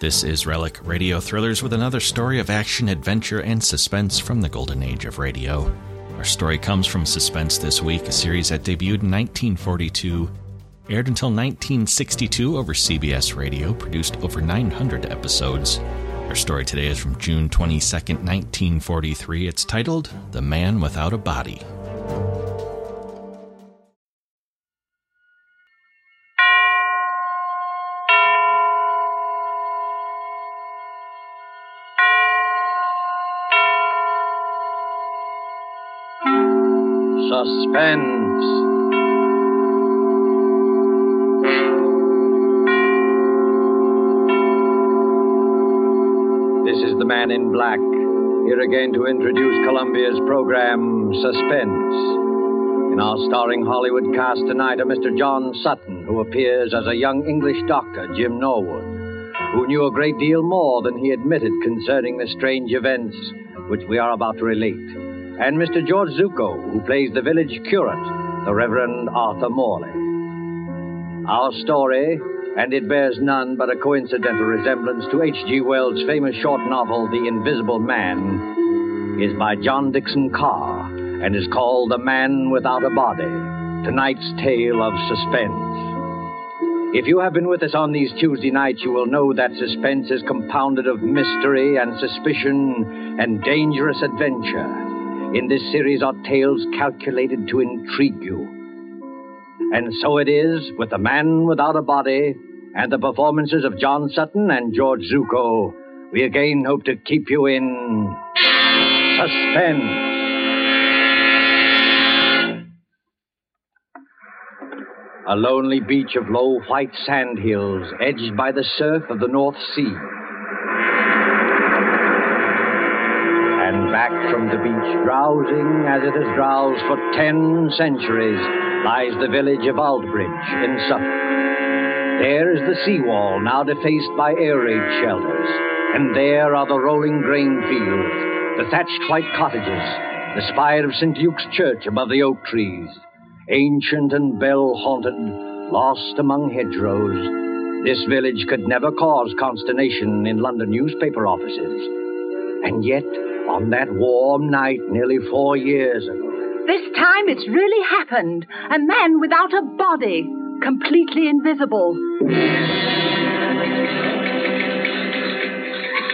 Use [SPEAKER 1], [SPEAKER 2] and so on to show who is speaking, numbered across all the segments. [SPEAKER 1] This is Relic Radio Thrillers with another story of action, adventure, and suspense from the golden age of radio. Our story comes from Suspense This Week, a series that debuted in 1942, aired until 1962 over CBS Radio, produced over 900 episodes. Our story today is from June 22, 1943. It's titled The Man Without a Body.
[SPEAKER 2] Suspense. This is the man in black, here again to introduce Columbia's program, Suspense. In our starring Hollywood cast tonight are Mr. John Sutton, who appears as a young English doctor, Jim Norwood, who knew a great deal more than he admitted concerning the strange events which we are about to relate and Mr. George Zuko, who plays the village curate, the Reverend Arthur Morley. Our story, and it bears none but a coincidental resemblance to H.G. Wells' famous short novel, The Invisible Man, is by John Dixon Carr and is called The Man Without a Body, tonight's tale of suspense. If you have been with us on these Tuesday nights, you will know that suspense is compounded of mystery and suspicion and dangerous adventure. In this series are tales calculated to intrigue you. And so it is with The Man Without a Body and the performances of John Sutton and George Zuko. We again hope to keep you in suspense. A lonely beach of low white sand hills edged by the surf of the North Sea. And back from the beach, drowsing as it has drowsed for ten centuries, lies the village of Aldbridge in Suffolk. There is the seawall, now defaced by air raid shelters. And there are the rolling grain fields, the thatched white cottages, the spire of St. Luke's Church above the oak trees. Ancient and bell haunted, lost among hedgerows, this village could never cause consternation in London newspaper offices. And yet, on that warm night nearly four years ago,
[SPEAKER 3] This time it's really happened. A man without a body, completely invisible.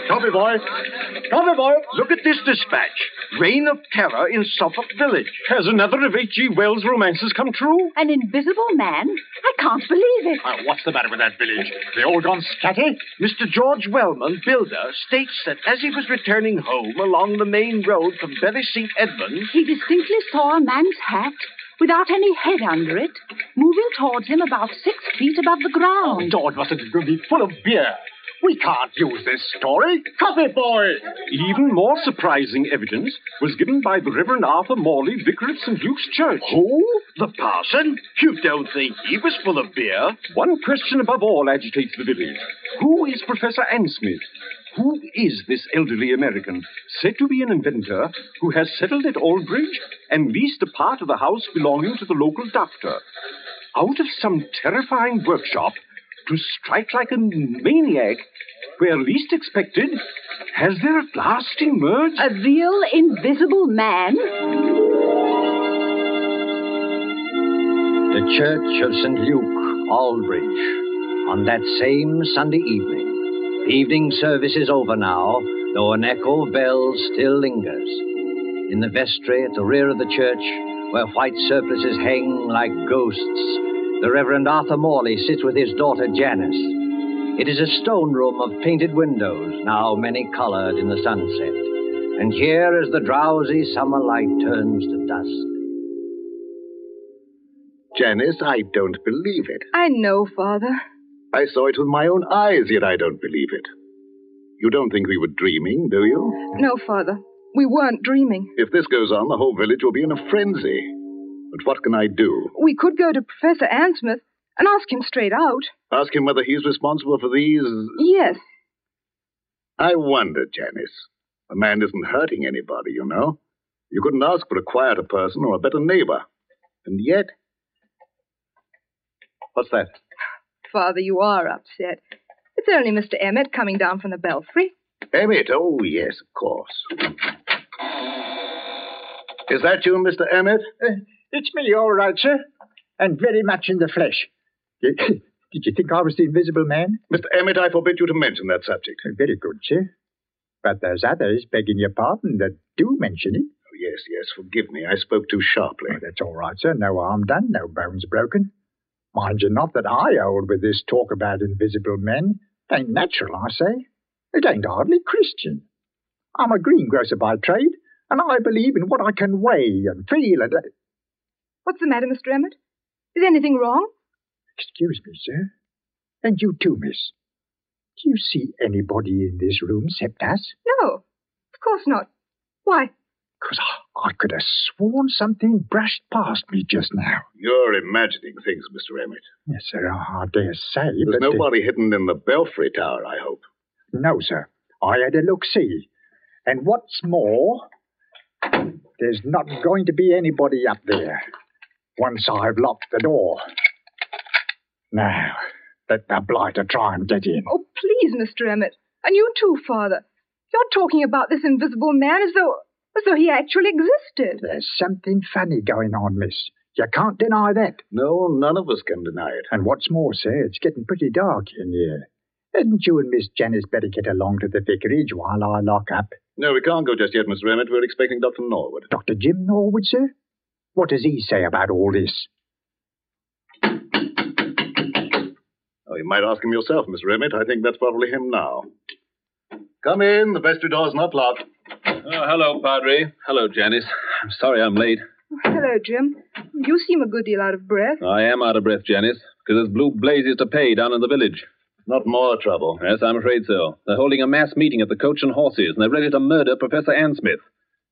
[SPEAKER 4] Tommy boy, Tommy boy, look at this dispatch. Reign of Terror in Suffolk Village. Has another of H.G. Wells' romances come true?
[SPEAKER 3] An invisible man? I can't believe it.
[SPEAKER 5] Now, what's the matter with that village? They all gone scatty?
[SPEAKER 4] Mr. George Wellman, builder, states that as he was returning home along the main road from Bury St. Edmunds,
[SPEAKER 3] He distinctly saw a man's hat without any head under it moving towards him about six feet above the ground.
[SPEAKER 5] George must have been going to be full of beer. We can't use this story. Coffee boy!
[SPEAKER 4] even more surprising evidence was given by the Reverend Arthur Morley, vicar of St. Luke's Church. Who? The parson? You don't think he was full of beer? One question above all agitates the village. Who is Professor Ansmith? Who is this elderly American, said to be an inventor, who has settled at Aldbridge and leased a part of the house belonging to the local doctor? Out of some terrifying workshop to strike like a maniac where least expected, has there at last emerged
[SPEAKER 3] A real invisible man?
[SPEAKER 2] the Church of St. Luke, Aldbridge, on that same Sunday evening. Evening service is over now, though an echo of bells still lingers. In the vestry at the rear of the church, where white surplices hang like ghosts, the Reverend Arthur Morley sits with his daughter Janice. It is a stone room of painted windows, now many colored in the sunset. And here, as the drowsy summer light turns to dusk,
[SPEAKER 6] Janice, I don't believe it.
[SPEAKER 7] I know, Father.
[SPEAKER 6] I saw it with my own eyes, yet I don't believe it. You don't think we were dreaming, do you?
[SPEAKER 7] No, Father. We weren't dreaming.
[SPEAKER 6] If this goes on, the whole village will be in a frenzy. But what can I do?
[SPEAKER 7] We could go to Professor Ansmith and ask him straight out.
[SPEAKER 6] Ask him whether he's responsible for these.
[SPEAKER 7] Yes.
[SPEAKER 6] I wonder, Janice. The man isn't hurting anybody, you know. You couldn't ask for a quieter person or a better neighbor. And yet. What's that?
[SPEAKER 7] Father, you are upset. It's It's only Mr. Emmett coming down from the belfry.
[SPEAKER 2] Emmett, oh, yes, of course. Is that you, Mr. Emmett?
[SPEAKER 8] It's me, all right, sir. And very much in the flesh. Did did you think I was the invisible man?
[SPEAKER 2] Mr. Emmett, I forbid you to mention that subject.
[SPEAKER 8] Very good, sir. But there's others, begging your pardon, that do mention it.
[SPEAKER 2] Oh, yes, yes, forgive me. I spoke too sharply.
[SPEAKER 8] Oh, that's all right, sir. No harm done, no bones broken. Mind you, not that I hold with this talk about invisible men. It ain't natural, I say. It ain't hardly Christian. I'm a greengrocer by trade, and I believe in what I can weigh and feel and. uh,
[SPEAKER 7] What's the matter, Mr. Emmett? Is anything wrong?
[SPEAKER 8] Excuse me, sir. And you too, miss. Do you see anybody in this room except us?
[SPEAKER 7] No, of course not. Why?
[SPEAKER 8] Because I, I could have sworn something brushed past me just now.
[SPEAKER 2] You're imagining things, Mr. Emmett.
[SPEAKER 8] Yes, sir, I, I dare say.
[SPEAKER 2] There's
[SPEAKER 8] but uh,
[SPEAKER 2] nobody hidden in the belfry tower, I hope.
[SPEAKER 8] no, sir. I had a look see. And what's more, there's not going to be anybody up there once I've locked the door. Now, let the blighter try and get in.
[SPEAKER 7] Oh, please, Mr. Emmett. And you too, Father. You're talking about this invisible man as though as though he actually existed.
[SPEAKER 8] There's something funny going on, miss. You can't deny that.
[SPEAKER 2] No, none of us can deny it.
[SPEAKER 8] And what's more, sir, it's getting pretty dark in here. Hadn't you and Miss Janice better get along to the vicarage while I lock up?
[SPEAKER 2] No, we can't go just yet, Mr. Emmett. We're expecting Dr. Norwood.
[SPEAKER 8] Dr. Jim Norwood, sir? What does he say about all this?
[SPEAKER 2] Oh, you might ask him yourself, Mr. Emmett. I think that's probably him now. Come in. The vestry door's not locked.
[SPEAKER 6] Oh, hello, Padre. Hello, Janice. I'm sorry I'm late.
[SPEAKER 7] Oh, hello, Jim. You seem a good deal out of breath.
[SPEAKER 6] I am out of breath, Janice, because there's blue blazes to pay down in the village.
[SPEAKER 2] Not more trouble.
[SPEAKER 6] Yes, I'm afraid so. They're holding a mass meeting at the Coach and Horses, and they're ready to murder Professor Ansmith.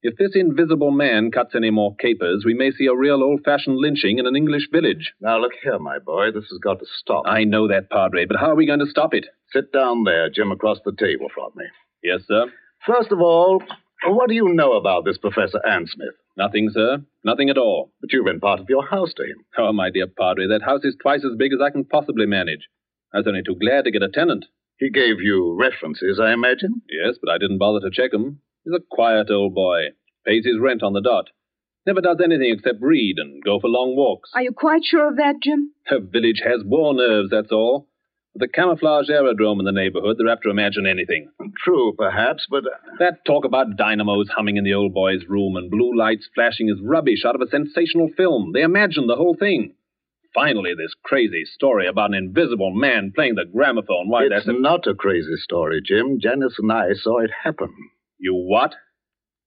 [SPEAKER 6] If this invisible man cuts any more capers, we may see a real old fashioned lynching in an English village.
[SPEAKER 2] Now, look here, my boy. This has got to stop.
[SPEAKER 6] I know that, Padre, but how are we going to stop it?
[SPEAKER 2] Sit down there, Jim, across the table from me.
[SPEAKER 6] Yes, sir.
[SPEAKER 2] First of all, what do you know about this Professor Ansmith?
[SPEAKER 6] Nothing, sir. Nothing at all.
[SPEAKER 2] That you've been part of your house to him.
[SPEAKER 6] Oh, my dear Padre, that house is twice as big as I can possibly manage. I was only too glad to get a tenant.
[SPEAKER 2] He gave you references, I imagine.
[SPEAKER 6] Yes, but I didn't bother to check him. He's a quiet old boy. Pays his rent on the dot. Never does anything except read and go for long walks.
[SPEAKER 7] Are you quite sure of that, Jim?
[SPEAKER 6] The village has war nerves, that's all. With the camouflage aerodrome in the neighborhood, they're apt to imagine anything.
[SPEAKER 2] True, perhaps, but uh,
[SPEAKER 6] That talk about dynamos humming in the old boy's room and blue lights flashing is rubbish out of a sensational film. They imagined the whole thing. Finally, this crazy story about an invisible man playing the gramophone. Why,
[SPEAKER 2] it's
[SPEAKER 6] that's a...
[SPEAKER 2] not a crazy story, Jim. Janice and I saw it happen.
[SPEAKER 6] You what?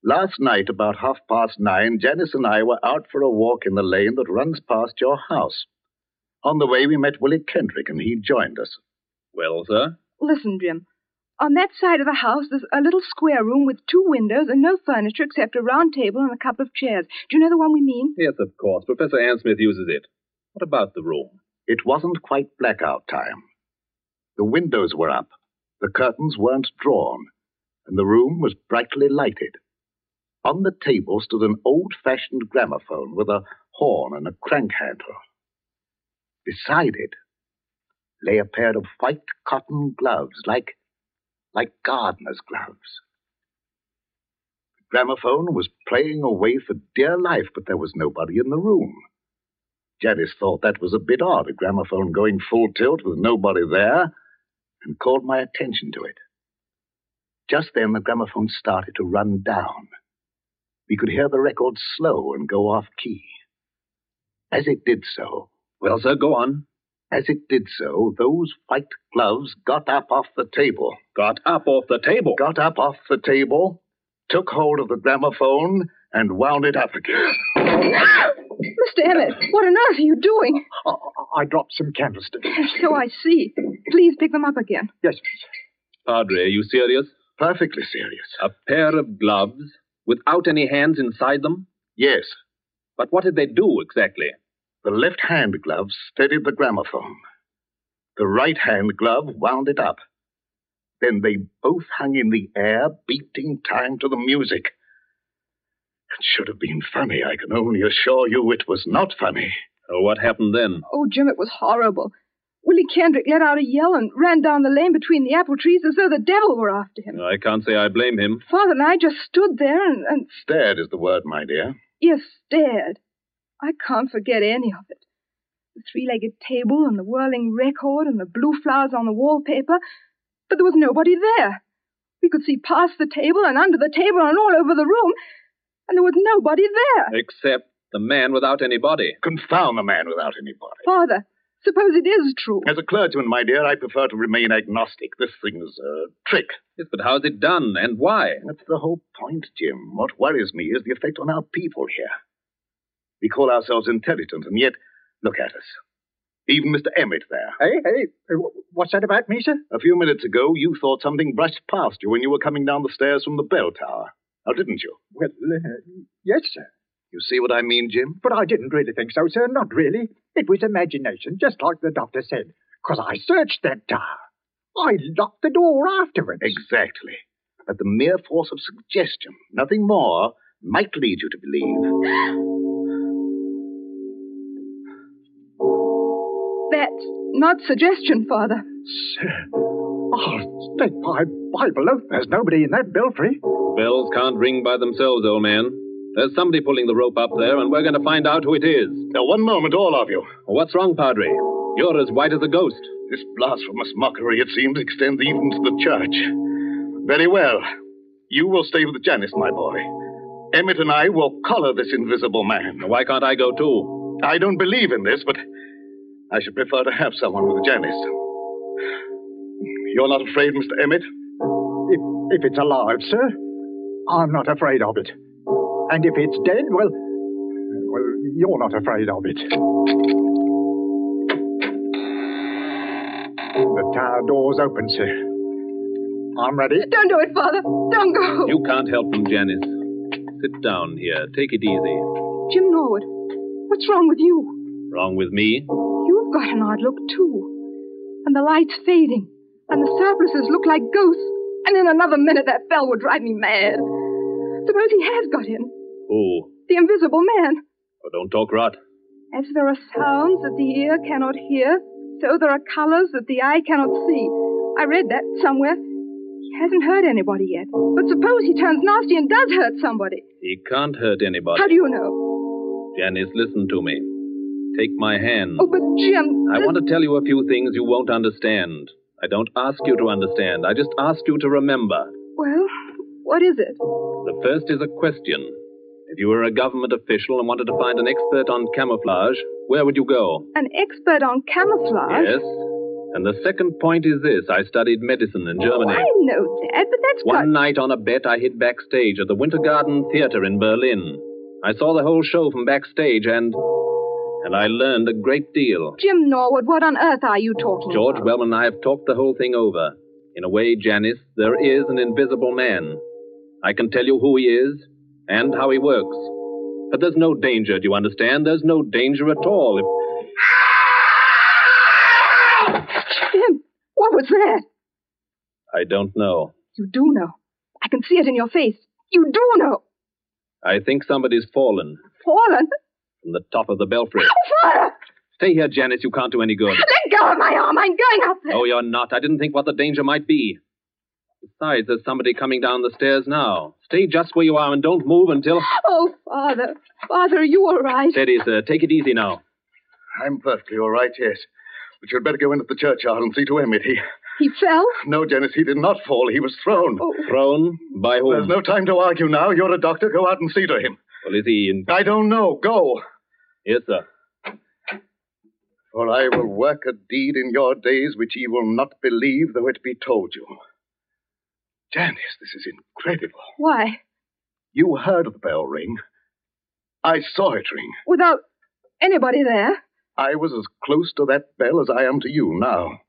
[SPEAKER 2] Last night, about half past nine, Janice and I were out for a walk in the lane that runs past your house. On the way, we met Willie Kendrick, and he joined us.
[SPEAKER 6] Well, sir?
[SPEAKER 7] Listen, Jim. On that side of the house, there's a little square room with two windows and no furniture except a round table and a couple of chairs. Do you know the one we mean?
[SPEAKER 6] Yes, of course. Professor Ansmith uses it. What about the room?
[SPEAKER 2] It wasn't quite blackout time. The windows were up, the curtains weren't drawn, and the room was brightly lighted. On the table stood an old fashioned gramophone with a horn and a crank handle. Beside it lay a pair of white cotton gloves, like, like gardener's gloves. The gramophone was playing away for dear life, but there was nobody in the room. Janice thought that was a bit odd, a gramophone going full tilt with nobody there, and called my attention to it. Just then the gramophone started to run down. We could hear the record slow and go off key. As it did so,
[SPEAKER 6] Well, sir, go on.
[SPEAKER 2] as it did so, those white gloves got up off the table.
[SPEAKER 6] Got up off the table.
[SPEAKER 2] Got up off the table, took hold of the gramophone, and wound it up again.
[SPEAKER 7] Mr. Emmett, what on earth are you doing?
[SPEAKER 8] I, I- I dropped some candlesticks.
[SPEAKER 7] So I see. Please pick them up again.
[SPEAKER 8] Yes,
[SPEAKER 6] Padre, are you serious?
[SPEAKER 2] Perfectly serious.
[SPEAKER 6] A pair of gloves without any hands inside them?
[SPEAKER 2] Yes,
[SPEAKER 6] But what did they do exactly?
[SPEAKER 2] the left hand glove steadied the gramophone. The right hand glove wound it up. Then they both hung in the air, beating time to the music. It should have been funny. I can only assure you it was not funny.
[SPEAKER 6] Oh, what happened then?
[SPEAKER 7] Oh, Jim, it was horrible. Willie Kendrick let out a yell and ran down the lane between the apple trees as though the devil were after him.
[SPEAKER 6] I can't say I blame him.
[SPEAKER 7] Father and I just stood there and, and
[SPEAKER 9] Stared is the word, my dear.
[SPEAKER 7] yes, stared. I can't forget any of it. The three legged table and the whirling record and the blue flowers on the wallpaper. But there was nobody there. We could see past the table and under the table and all over the room, and there was nobody there.
[SPEAKER 6] Except the man without any body.
[SPEAKER 9] Confound the man without any body.
[SPEAKER 7] Father, suppose it is true.
[SPEAKER 9] As a clergyman, my dear, I prefer to remain agnostic. This thing's a trick.
[SPEAKER 6] Yes, but how's it done and why?
[SPEAKER 9] That's the whole point, Jim. What worries me is the effect on our people here. We call ourselves intelligent, and yet, look at us. Even Mr. Emmett there.
[SPEAKER 8] Hey, hey, wh- what's that about me, sir?
[SPEAKER 9] A few minutes ago, you thought something brushed past you when you were coming down the stairs from the bell tower. Now, didn't you?
[SPEAKER 8] Well, uh, yes, sir.
[SPEAKER 9] You see what I mean, Jim?
[SPEAKER 8] But I didn't really think so, sir. Not really. It was imagination, just like the doctor said. 'Cause I searched that tower. I locked the door afterwards.
[SPEAKER 9] Exactly. But the mere force of suggestion, nothing more, might lead you to believe.
[SPEAKER 7] That's not suggestion, Father.
[SPEAKER 8] Sir. Oh, take my Bible oath. There's nobody in that belfry.
[SPEAKER 6] Bells can't ring by themselves, old man. There's somebody pulling the rope up there, and we're going to find out who it is.
[SPEAKER 9] Now, one moment, all of you.
[SPEAKER 6] What's wrong, Padre? You're as white as a ghost.
[SPEAKER 9] This blasphemous mockery, it seems, extends even to the church. Very well. You will stay with Janice, my boy. Emmett and I will collar this invisible man.
[SPEAKER 6] Why can't I go too?
[SPEAKER 9] I don't believe in this, but I should prefer to have someone with Janice. You're not afraid, Mr. Emmett?
[SPEAKER 8] If, if it's alive, sir, I'm not afraid of it. And if it's dead, well, well, you're not afraid of it. The tower door's open, sir. I'm ready.
[SPEAKER 7] Don't do it, Father. Don't go.
[SPEAKER 6] You can't help them, Janice. Sit down here. Take it easy.
[SPEAKER 7] Jim Norwood, what's wrong with you?
[SPEAKER 6] Wrong with me?
[SPEAKER 7] You've got an odd look, too. And the light's fading, and the surplices look like ghosts. And in another minute, that bell would drive me mad. Suppose he has got in,
[SPEAKER 6] Oh,
[SPEAKER 7] the invisible man.
[SPEAKER 6] oh don't talk rot.
[SPEAKER 7] As there are sounds that the ear cannot hear, so there are colors that the eye cannot see. I read that somewhere. He hasn't hurt anybody yet. But suppose he turns nasty and does hurt somebody.
[SPEAKER 6] He can't hurt anybody.
[SPEAKER 7] How do you know?
[SPEAKER 6] Janice, listen to me. Take my hand.
[SPEAKER 7] Oh, but Jim.
[SPEAKER 6] I
[SPEAKER 7] this-
[SPEAKER 6] want to tell you a few things you won't understand. I don't ask you to understand. I just ask you to remember.
[SPEAKER 7] Well, what is it?
[SPEAKER 6] The first is a question. If you were a government official and wanted to find an expert on camouflage, where would you go?
[SPEAKER 7] An expert on camouflage?
[SPEAKER 6] Yes. And the second point is this I studied medicine in
[SPEAKER 7] Oh,
[SPEAKER 6] Germany.
[SPEAKER 7] I know that, but that's
[SPEAKER 6] One
[SPEAKER 7] not.
[SPEAKER 6] night on a bet, I hid backstage at the Winter Garden Theater in Berlin. I saw the whole show from backstage and. and I learned a great deal.
[SPEAKER 7] Jim Norwood, what on earth are you talking
[SPEAKER 6] Oh, George
[SPEAKER 7] about?
[SPEAKER 6] Wellman and I have talked the whole thing over. In a way, Janice, there is an invisible man. I can tell you who he is and how he works. But there's no danger, do you understand? There's no danger at all. If
[SPEAKER 7] Jim, what was that?
[SPEAKER 6] I don't know.
[SPEAKER 7] You do know. I can see it in your face. You do know.
[SPEAKER 6] I think somebody's fallen
[SPEAKER 7] Fallen?
[SPEAKER 6] from the top of the belfry.
[SPEAKER 7] Father!
[SPEAKER 6] Stay here, Janice. You can't do any good.
[SPEAKER 7] Let go of my arm. I'm going up there.
[SPEAKER 6] Oh, you're not. I didn't think what the danger might be. Besides, there's somebody coming down the stairs now. Stay just where you are and don't move until.
[SPEAKER 7] Oh, Father. Father, are you all right?
[SPEAKER 6] Steady, sir. Take it easy now.
[SPEAKER 9] I'm perfectly all right, yes. But you'd better go into the churchyard and see to Emmett. He...
[SPEAKER 7] He fell?
[SPEAKER 9] No, Janice, he did not fall. He was thrown.
[SPEAKER 7] Oh,
[SPEAKER 6] Thrown by whom?
[SPEAKER 9] There's no time to argue now. You're a doctor. Go out and see to him.
[SPEAKER 6] Well, is he in?
[SPEAKER 9] I don't know. Go.
[SPEAKER 6] Yes, sir.
[SPEAKER 9] For I will work a deed in your days which ye will not believe, though it be told you. Janice, this is incredible.
[SPEAKER 7] why?
[SPEAKER 9] You heard the bell ring. I saw it ring.
[SPEAKER 7] Without anybody there?
[SPEAKER 9] I was as close to that bell as I am to you now.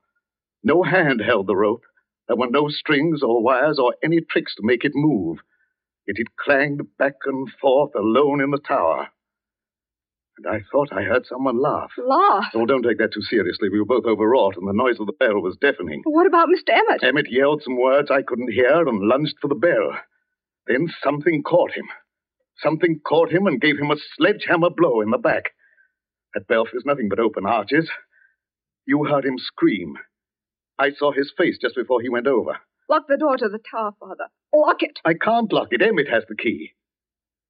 [SPEAKER 9] No hand held the rope. There were no strings or wires or any tricks to make it move. Yet it clanged back and forth alone in the tower. And I thought I heard someone laugh.
[SPEAKER 7] Laugh.
[SPEAKER 9] Oh, don't take that too seriously. We were both overwrought, and the noise of the bell was deafening.
[SPEAKER 7] What about Mr. Emmett?
[SPEAKER 9] Emmett yelled some words I couldn't hear and lunged for the bell. Then something caught him. Something caught him and gave him a sledgehammer blow in the back. That belfry's nothing but open arches. You heard him scream. I saw his face just before he went over.
[SPEAKER 7] Lock the door to the tower, Father. Lock it,
[SPEAKER 9] I can't lock it. Emmett has the key.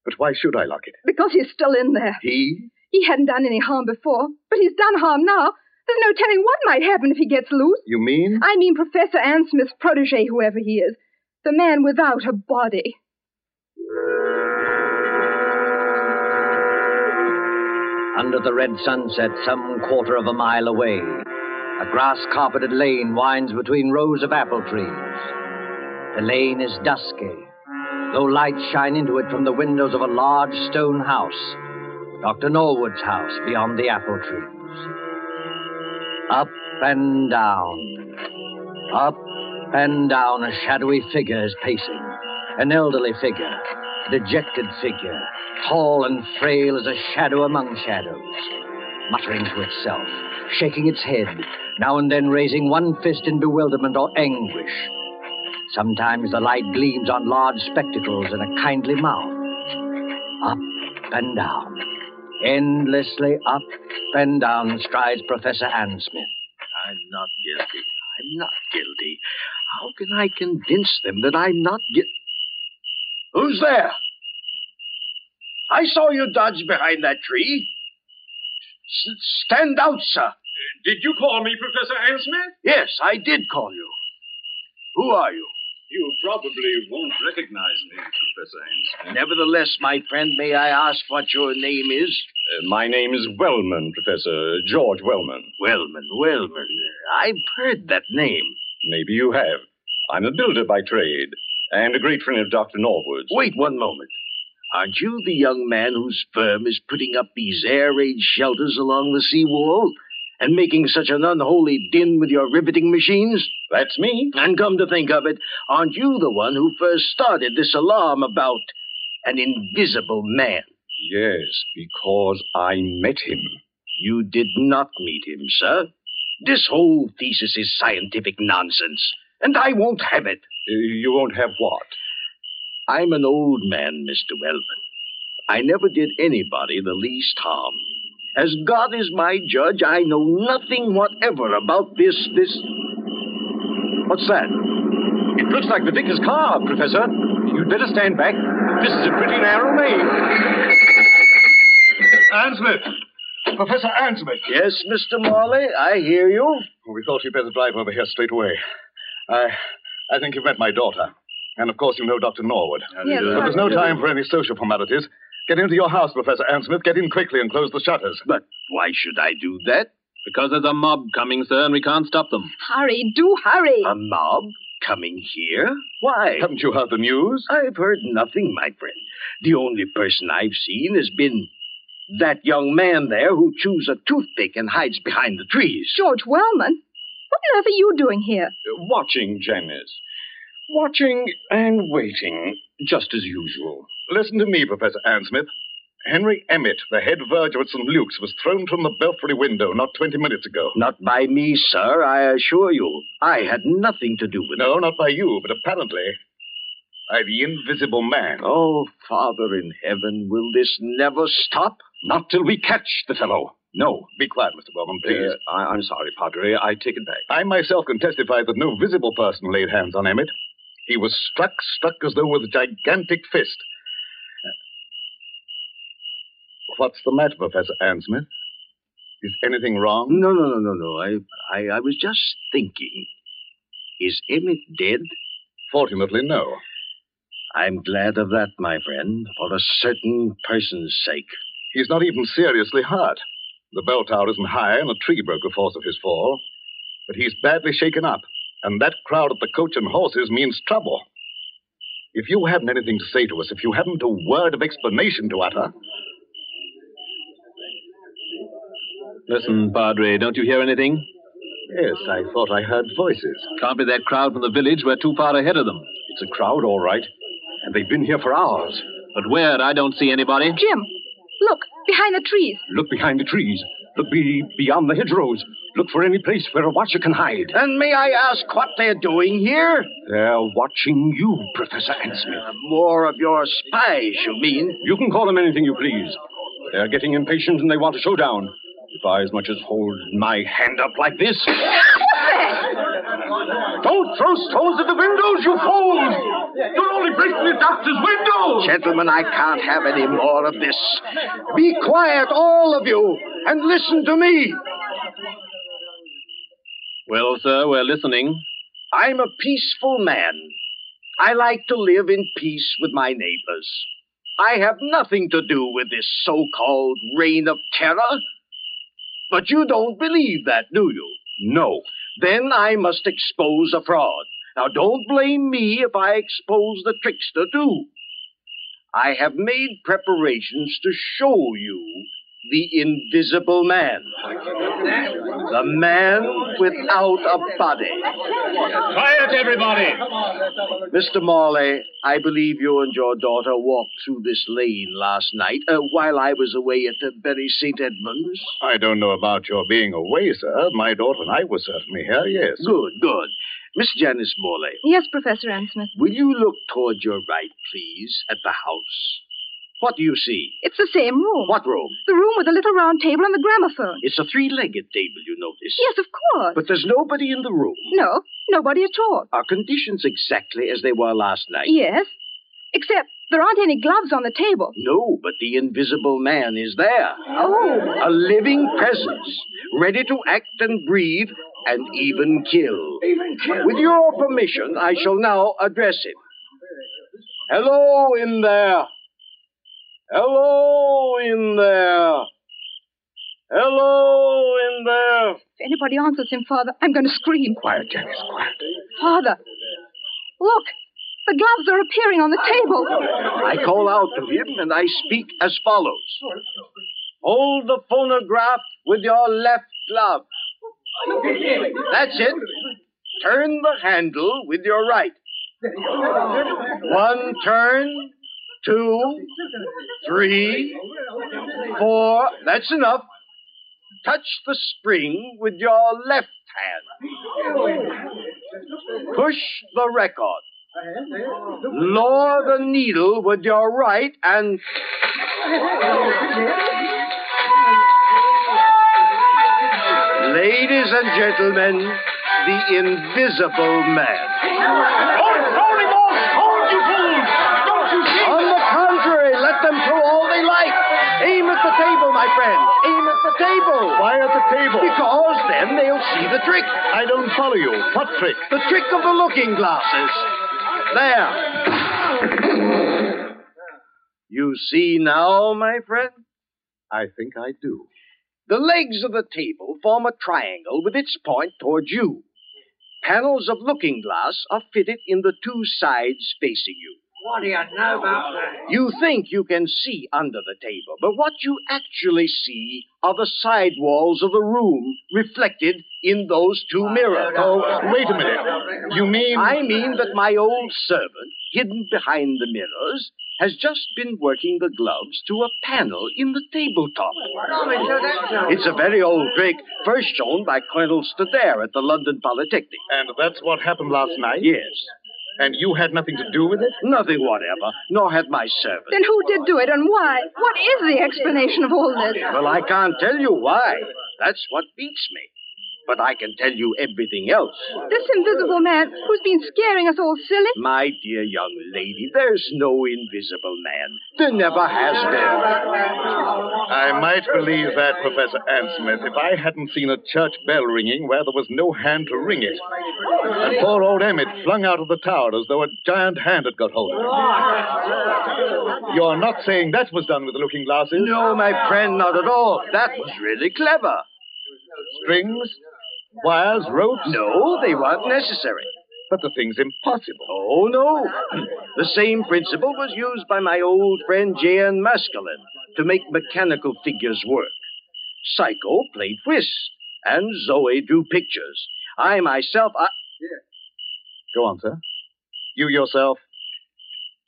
[SPEAKER 9] But why should I lock it?
[SPEAKER 7] because he's still in there.
[SPEAKER 9] He?
[SPEAKER 7] He hadn't done any harm before, but he's done harm now. There's no telling what might happen if he gets loose.
[SPEAKER 9] You mean?
[SPEAKER 7] I mean Professor Ansmith's protege, whoever he is. The man without a body.
[SPEAKER 10] Under the red sunset, some quarter of a mile away, a grass carpeted lane winds between rows of apple trees. The lane is dusky, though lights shine into it from the windows of a large stone house, Dr. Norwood's house beyond the apple trees. Up and down, up and down, a shadowy figure is pacing. An elderly figure, a dejected figure, tall and frail as a shadow among shadows, muttering to itself, shaking its head, now and then raising one fist in bewilderment or anguish. Sometimes the light gleams on large spectacles and a kindly mouth. Up and down, endlessly up and down strides Professor Ansmith.
[SPEAKER 2] I'm not guilty. I'm not guilty. How can I convince them that I'm not guilty? Who's there? I saw you dodge behind that tree. S- stand out, sir.
[SPEAKER 4] Did you call me Professor Ansmith?
[SPEAKER 2] Yes, I did call you. Who are you?
[SPEAKER 4] You probably won't recognize me, Professor Ansmith.
[SPEAKER 2] Nevertheless, my friend, may I ask what your name is?
[SPEAKER 4] Uh, my name is Wellman, Professor. George Wellman.
[SPEAKER 2] Wellman, Wellman. I've heard that name.
[SPEAKER 4] Maybe you have. I'm a builder by trade, and a great friend of Dr. Norwood's.
[SPEAKER 2] Wait one moment. Aren't you the young man whose firm is putting up these air raid shelters along the seawall and making such an unholy din with your riveting machines?
[SPEAKER 4] That's me.
[SPEAKER 2] And come to think of it, aren't you the one who first started this alarm about an invisible man?
[SPEAKER 4] Yes, because I met him.
[SPEAKER 2] You did not meet him, sir. This whole thesis is scientific nonsense, and I won't have it.
[SPEAKER 4] Uh, You won't have what?
[SPEAKER 2] I'm an old man, Mr. Wellman. I never did anybody the least harm. As God is my judge, I know nothing whatever about this, this. What's that?
[SPEAKER 4] It looks like the vicar's car, Professor. You'd better stand back. This is a pretty narrow lane.
[SPEAKER 5] Ansmith! Professor Ansmith!
[SPEAKER 2] Yes, Mr. Morley, I hear you.
[SPEAKER 9] We thought you'd better drive over here straight away. I, I think you've met my daughter. And of course, you know Dr. Norwood.
[SPEAKER 7] Yes,
[SPEAKER 9] But there's no
[SPEAKER 7] absolutely.
[SPEAKER 9] time for any social formalities. Get into your house, Professor Ansmith. Get in quickly and close the shutters.
[SPEAKER 2] But why should I do that?
[SPEAKER 6] Because there's a mob coming, sir, and we can't stop them.
[SPEAKER 7] Hurry, do hurry.
[SPEAKER 2] A mob coming here? Why?
[SPEAKER 9] Haven't you heard the news?
[SPEAKER 2] I've heard nothing, my friend. The only person I've seen has been that young man there who chews a toothpick and hides behind the trees.
[SPEAKER 7] George Wellman, what on earth are you doing here?
[SPEAKER 4] Watching, Janice. Watching and waiting, just as usual.
[SPEAKER 9] Listen to me, Professor Ansmith. Henry Emmett, the head verger at St. Luke's, was thrown from the belfry window not 20 minutes ago.
[SPEAKER 2] Not by me, sir, I assure you. I had nothing to do with it.
[SPEAKER 9] No, not by you, but apparently by the invisible man.
[SPEAKER 2] Oh, Father in heaven, will this never stop?
[SPEAKER 4] Not till we catch the fellow. No.
[SPEAKER 9] Be quiet, Mr. Bowman, please.
[SPEAKER 4] Uh, I, I'm sorry, Padre. I take it back.
[SPEAKER 9] I myself can testify that no visible person laid hands on Emmett. He was struck, struck as though with a gigantic fist. What's the matter, Professor Ansmith? Is anything wrong?
[SPEAKER 2] No, no, no, no, no. I, I, I was just thinking. Is Emmett dead?
[SPEAKER 9] Fortunately, no.
[SPEAKER 2] I'm glad of that, my friend, for a certain person's sake.
[SPEAKER 9] He's not even seriously hurt. The bell tower isn't high, and a tree broke the force of his fall. But he's badly shaken up, and that crowd at the coach and horses means trouble. If you haven't anything to say to us, if you haven't a word of explanation to utter,
[SPEAKER 6] Listen, Padre, don't you hear anything?
[SPEAKER 9] yes, I thought I heard voices.
[SPEAKER 6] Can't be that crowd from the village. We're too far ahead of them.
[SPEAKER 4] It's a crowd, all right. And they've been here for hours.
[SPEAKER 6] But where? I don't see anybody.
[SPEAKER 7] Jim, look, behind the trees.
[SPEAKER 4] Look behind the trees. Look be- beyond the hedgerows. Look for any place where a watcher can hide.
[SPEAKER 2] And may I ask what they're doing here?
[SPEAKER 4] They're watching you, Professor Ansmith.
[SPEAKER 2] Uh, more of your spies, you mean?
[SPEAKER 4] You can call them anything you please. They're getting impatient and they want a showdown. If
[SPEAKER 6] I as much as hold my hand up like this.
[SPEAKER 5] Don't throw stones at the windows, you fools! You're only breaking the doctor's windows!
[SPEAKER 2] Gentlemen, I can't have any more of this. Be quiet, all of you, and listen to me.
[SPEAKER 6] Well, sir, we're listening.
[SPEAKER 2] I'm a peaceful man. I like to live in peace with my neighbors. I have nothing to do with this so called reign of terror. But you don't believe that, do you? No. Then I must expose a fraud. Now, don't blame me if I expose the trickster, too. I have made preparations to show you the invisible man. The man without a body.
[SPEAKER 5] Quiet,
[SPEAKER 2] everybody. Mr. Morley, I believe you and your daughter walked through this lane last night uh, while I was away at the Bury St. Edmunds.
[SPEAKER 9] I don't know about your being away, sir. My daughter and I were certainly here, yes.
[SPEAKER 2] Good, good. Miss Janice Morley,
[SPEAKER 7] Yes, Professor Ansmith.
[SPEAKER 2] will you look toward your right, please, at the house? What do you see?
[SPEAKER 7] It's the same room.
[SPEAKER 2] What room?
[SPEAKER 7] The room with the little round table and the gramophone.
[SPEAKER 2] It's a three legged table, you notice.
[SPEAKER 7] Yes, of course.
[SPEAKER 2] But there's nobody in the room.
[SPEAKER 7] No, nobody at all.
[SPEAKER 2] Are conditions exactly as they were last night?
[SPEAKER 7] Yes. Except there aren't any gloves on the table.
[SPEAKER 2] No, but the invisible man is there.
[SPEAKER 7] Oh.
[SPEAKER 2] A living presence, ready to act and breathe and even kill. Even kill. With your permission, I shall now address him. Hello in there. Hello in there. Hello in there.
[SPEAKER 7] If anybody answers him, Father, I'm going to scream.
[SPEAKER 2] Quiet, Janice, quiet.
[SPEAKER 7] Father, look. The gloves are appearing on the table.
[SPEAKER 2] I call out to him and I speak as follows Hold the phonograph with your left glove. That's it. Turn the handle with your right. One turn, two, three, four. That's enough. Touch the spring with your left hand. Push the record. Lower the needle with your right and. Ladies and gentlemen, the invisible man. On the contrary, let them throw all they like. Aim at the table, my friend. Aim at the table.
[SPEAKER 9] Why at the table?
[SPEAKER 2] Because then they'll see the trick.
[SPEAKER 9] I don't follow you. What trick?
[SPEAKER 2] The trick of the looking glasses. There. You see now, my friend?
[SPEAKER 9] I think I do.
[SPEAKER 2] The legs of the table form a triangle with its point towards you. Panels of looking glass are fitted in the two sides facing you.
[SPEAKER 11] What do you know about that?
[SPEAKER 2] You think you can see under the table, but what you actually see are the side walls of the room reflected in those two mirrors.
[SPEAKER 9] Oh, wait a minute. You mean.
[SPEAKER 2] I mean that my old servant, hidden behind the mirrors, has just been working the gloves to a panel in the tabletop. It's a very old trick, first shown by Colonel Stadair at the London Polytechnic.
[SPEAKER 9] And that's what happened last night?
[SPEAKER 2] Yes.
[SPEAKER 9] And you had nothing to do with it?
[SPEAKER 2] Nothing whatever, nor had my servant.
[SPEAKER 7] Then who did do it and why? What is the explanation of all this?
[SPEAKER 2] Well, I can't tell you why. That's what beats me. But I can tell you everything else.
[SPEAKER 7] This invisible man who's been scaring us all silly.
[SPEAKER 2] My dear young lady, there's no invisible man. There never has been.
[SPEAKER 9] I might believe that, Professor Ansmith, if I hadn't seen a church bell ringing where there was no hand to ring it. And poor old Emmett flung out of the tower as though a giant hand had got hold of him. You're not saying that was done with the looking glasses?
[SPEAKER 2] No, my friend, not at all. That was really clever.
[SPEAKER 9] Strings? Wires? Ropes?
[SPEAKER 2] No, they weren't necessary.
[SPEAKER 9] But the thing's impossible.
[SPEAKER 2] Oh, no. The same principle was used by my old friend J.N. Maskelyne to make mechanical figures work. Psycho played whist, and Zoe drew pictures. I myself, I.
[SPEAKER 9] Go on, sir. You yourself.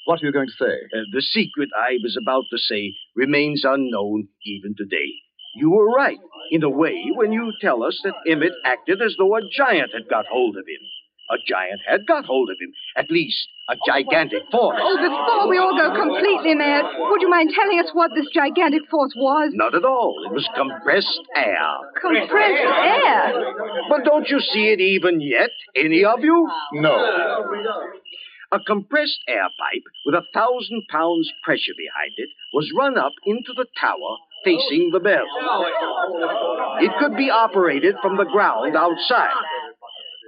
[SPEAKER 9] What are you going to say?
[SPEAKER 2] Uh, the secret I was about to say remains unknown even today. You were right, in a way, when you tell us that Emmett acted as though a giant had got hold of him. A giant had got hold of him. At least, a gigantic force.
[SPEAKER 7] Oh, before we all go completely mad, would you mind telling us what this gigantic force was?
[SPEAKER 2] Not at all. It was compressed air.
[SPEAKER 7] Compressed air?
[SPEAKER 2] But don't you see it even yet, any of you? No. A compressed air pipe with a thousand pounds pressure behind it was run up into the tower facing the bell. It could be operated from the ground outside.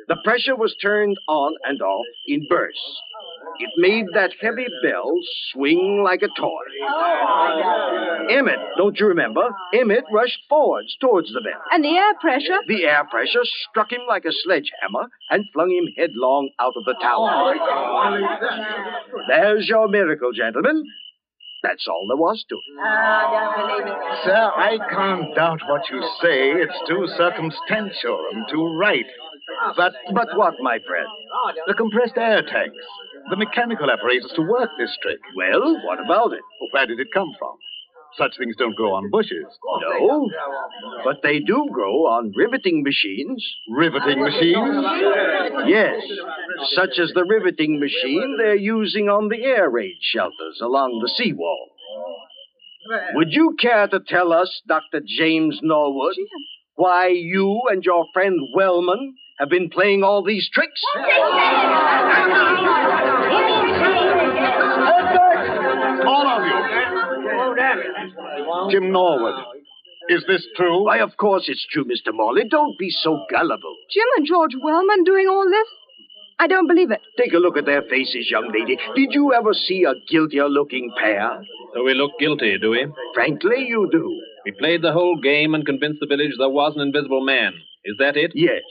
[SPEAKER 2] The pressure was turned on and off in bursts. It made that heavy bell swing like a toy. Emmett, don't you remember? Emmett rushed forwards towards the bell.
[SPEAKER 7] And the air pressure?
[SPEAKER 2] The air pressure struck him like a sledgehammer and flung him headlong out of the tower. There's your miracle, gentlemen. That's all there was to it.
[SPEAKER 9] Sir, I can't doubt what you say. It's too circumstantial and too right. But
[SPEAKER 2] but what, my friend?
[SPEAKER 9] The compressed air tanks, the mechanical apparatus to work this trick.
[SPEAKER 2] Well, what about it?
[SPEAKER 9] Where did it come from? Such things don't grow on bushes.
[SPEAKER 2] No, but they do grow on riveting machines.
[SPEAKER 9] Riveting machines?
[SPEAKER 2] Yes, such as the riveting machine they're using on the air raid shelters along the seawall. Would you care to tell us, Dr. James Norwood, why you and your friend Wellman have been playing all these tricks?
[SPEAKER 9] All of you. Jim Norwood.
[SPEAKER 2] Is this true? Why, of course it's true, Mr. Morley. Don't be so gullible.
[SPEAKER 7] Jim and George Wellman doing all this? I don't believe it.
[SPEAKER 2] Take a look at their faces, young lady. Did you ever see a guiltier looking pair?
[SPEAKER 6] So we look guilty, do we?
[SPEAKER 2] Frankly, you do.
[SPEAKER 6] We played the whole game and convinced the village there was an invisible man. Is that it?
[SPEAKER 2] Yes.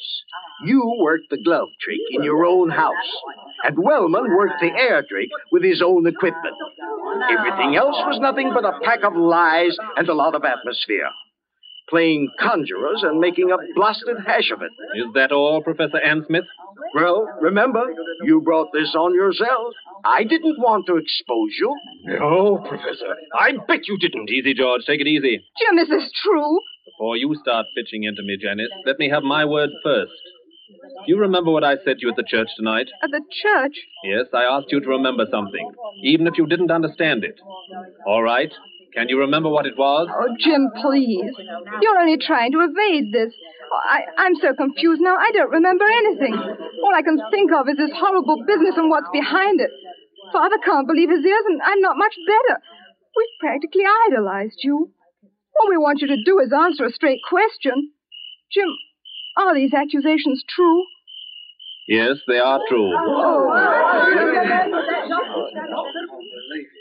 [SPEAKER 2] You worked the glove trick in your own house, and Wellman worked the air trick with his own equipment. Everything else was nothing but a pack of lies and a lot of atmosphere. Playing conjurers and making a blasted hash of it.
[SPEAKER 6] Is that all, Professor Ansmith?
[SPEAKER 2] Well, remember, you brought this on yourself. I didn't want to expose you.
[SPEAKER 6] No, Professor. I bet you didn't. Easy, George. Take it easy.
[SPEAKER 7] Jim, is this true?
[SPEAKER 6] Before you start pitching into me, Janice, let me have my word first. Do you remember what I said to you at the church tonight?
[SPEAKER 7] At the church?
[SPEAKER 6] Yes, I asked you to remember something, even if you didn't understand it. All right. Can you remember what it was?
[SPEAKER 7] Oh, Jim, please. You're only trying to evade this. Oh, I, I'm so confused now, I don't remember anything. All I can think of is this horrible business and what's behind it. Father can't believe his ears, and I'm not much better. We've practically idolized you. All we want you to do is answer a straight question. Jim, are these accusations true?
[SPEAKER 6] Yes, they are true.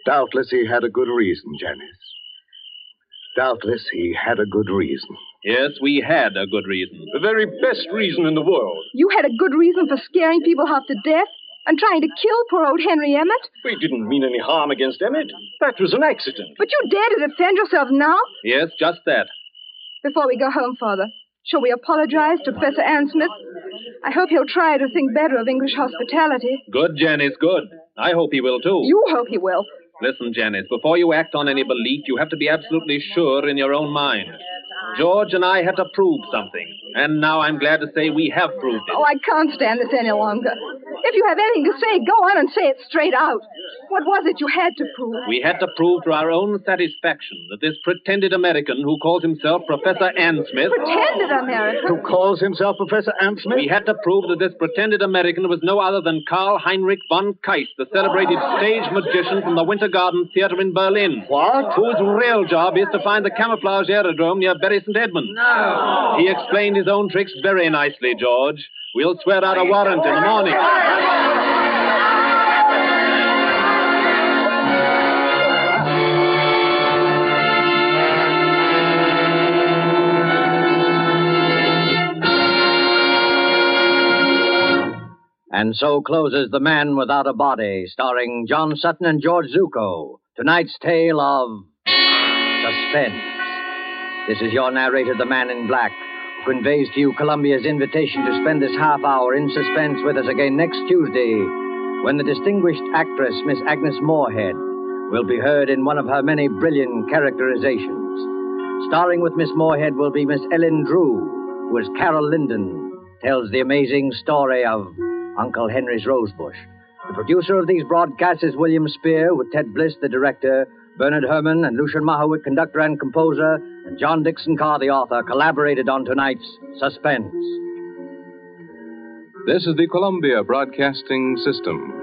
[SPEAKER 9] Doubtless he had a good reason, Janice. Doubtless he had a good reason.
[SPEAKER 6] Yes, we had a good reason.
[SPEAKER 4] The very best reason in the world.
[SPEAKER 7] You had a good reason for scaring people half to death and trying to kill poor old Henry Emmett,
[SPEAKER 4] We didn't mean any harm against Emmett. That was an accident.
[SPEAKER 7] but you dare to defend yourself now?
[SPEAKER 6] Yes, just that.
[SPEAKER 7] Before we go home, Father, shall we apologize to Professor Ann Smith? I hope he'll try to think better of English hospitality.
[SPEAKER 6] Good, Janice, good. I hope he will too.
[SPEAKER 7] You hope he will.
[SPEAKER 6] Listen, Janice, before you act on any belief, you have to be absolutely sure in your own mind. George and I had to prove something, and now I'm glad to say we have proved it.
[SPEAKER 7] Oh, I can't stand this any longer. If you have anything to say, go on and say it straight out. What was it you had to prove?
[SPEAKER 6] We had to prove to our own satisfaction that this pretended American who calls himself Professor Ann Smith.
[SPEAKER 7] Pretended American?
[SPEAKER 9] Who calls himself Professor Ansmith?
[SPEAKER 6] We had to prove that this pretended American was no other than Karl Heinrich von Keist, the celebrated stage magician from the Winter Garden Theater in Berlin. What? Whose real job is to find the camouflage aerodrome near Bury St. Edmunds. No. He explained his own tricks very nicely, George. We'll swear out a warrant in the morning.
[SPEAKER 10] And so closes The Man Without a Body, starring John Sutton and George Zuko. Tonight's tale of suspense. This is your narrator, The Man in Black, who conveys to you Columbia's invitation to spend this half hour in suspense with us again next Tuesday, when the distinguished actress, Miss Agnes Moorehead, will be heard in one of her many brilliant characterizations. Starring with Miss Moorhead will be Miss Ellen Drew, who as Carol Linden tells the amazing story of
[SPEAKER 8] Uncle Henry's Rosebush. The producer of these broadcasts is William Spear, with Ted Bliss, the director, Bernard Herman and Lucian Mahowick, conductor and composer, and John Dixon Carr, the author, collaborated on tonight's Suspense.
[SPEAKER 9] This is the Columbia Broadcasting System.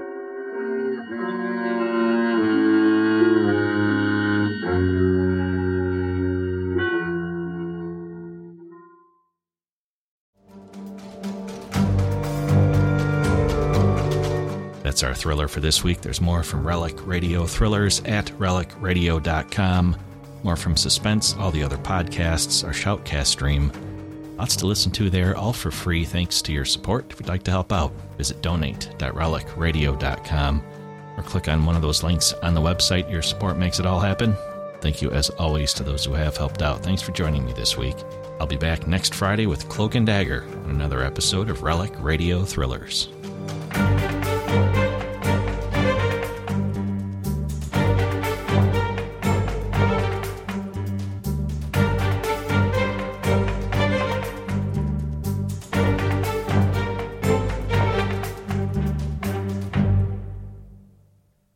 [SPEAKER 1] That's our thriller for this week. There's more from Relic Radio Thrillers at relicradio.com, more from Suspense, all the other podcasts, our Shoutcast stream. Lots to listen to there, all for free, thanks to your support. If you'd like to help out, visit donate.relicradio.com or click on one of those links on the website. Your support makes it all happen. Thank you, as always, to those who have helped out. Thanks for joining me this week. I'll be back next Friday with Cloak and Dagger on another episode of Relic Radio Thrillers.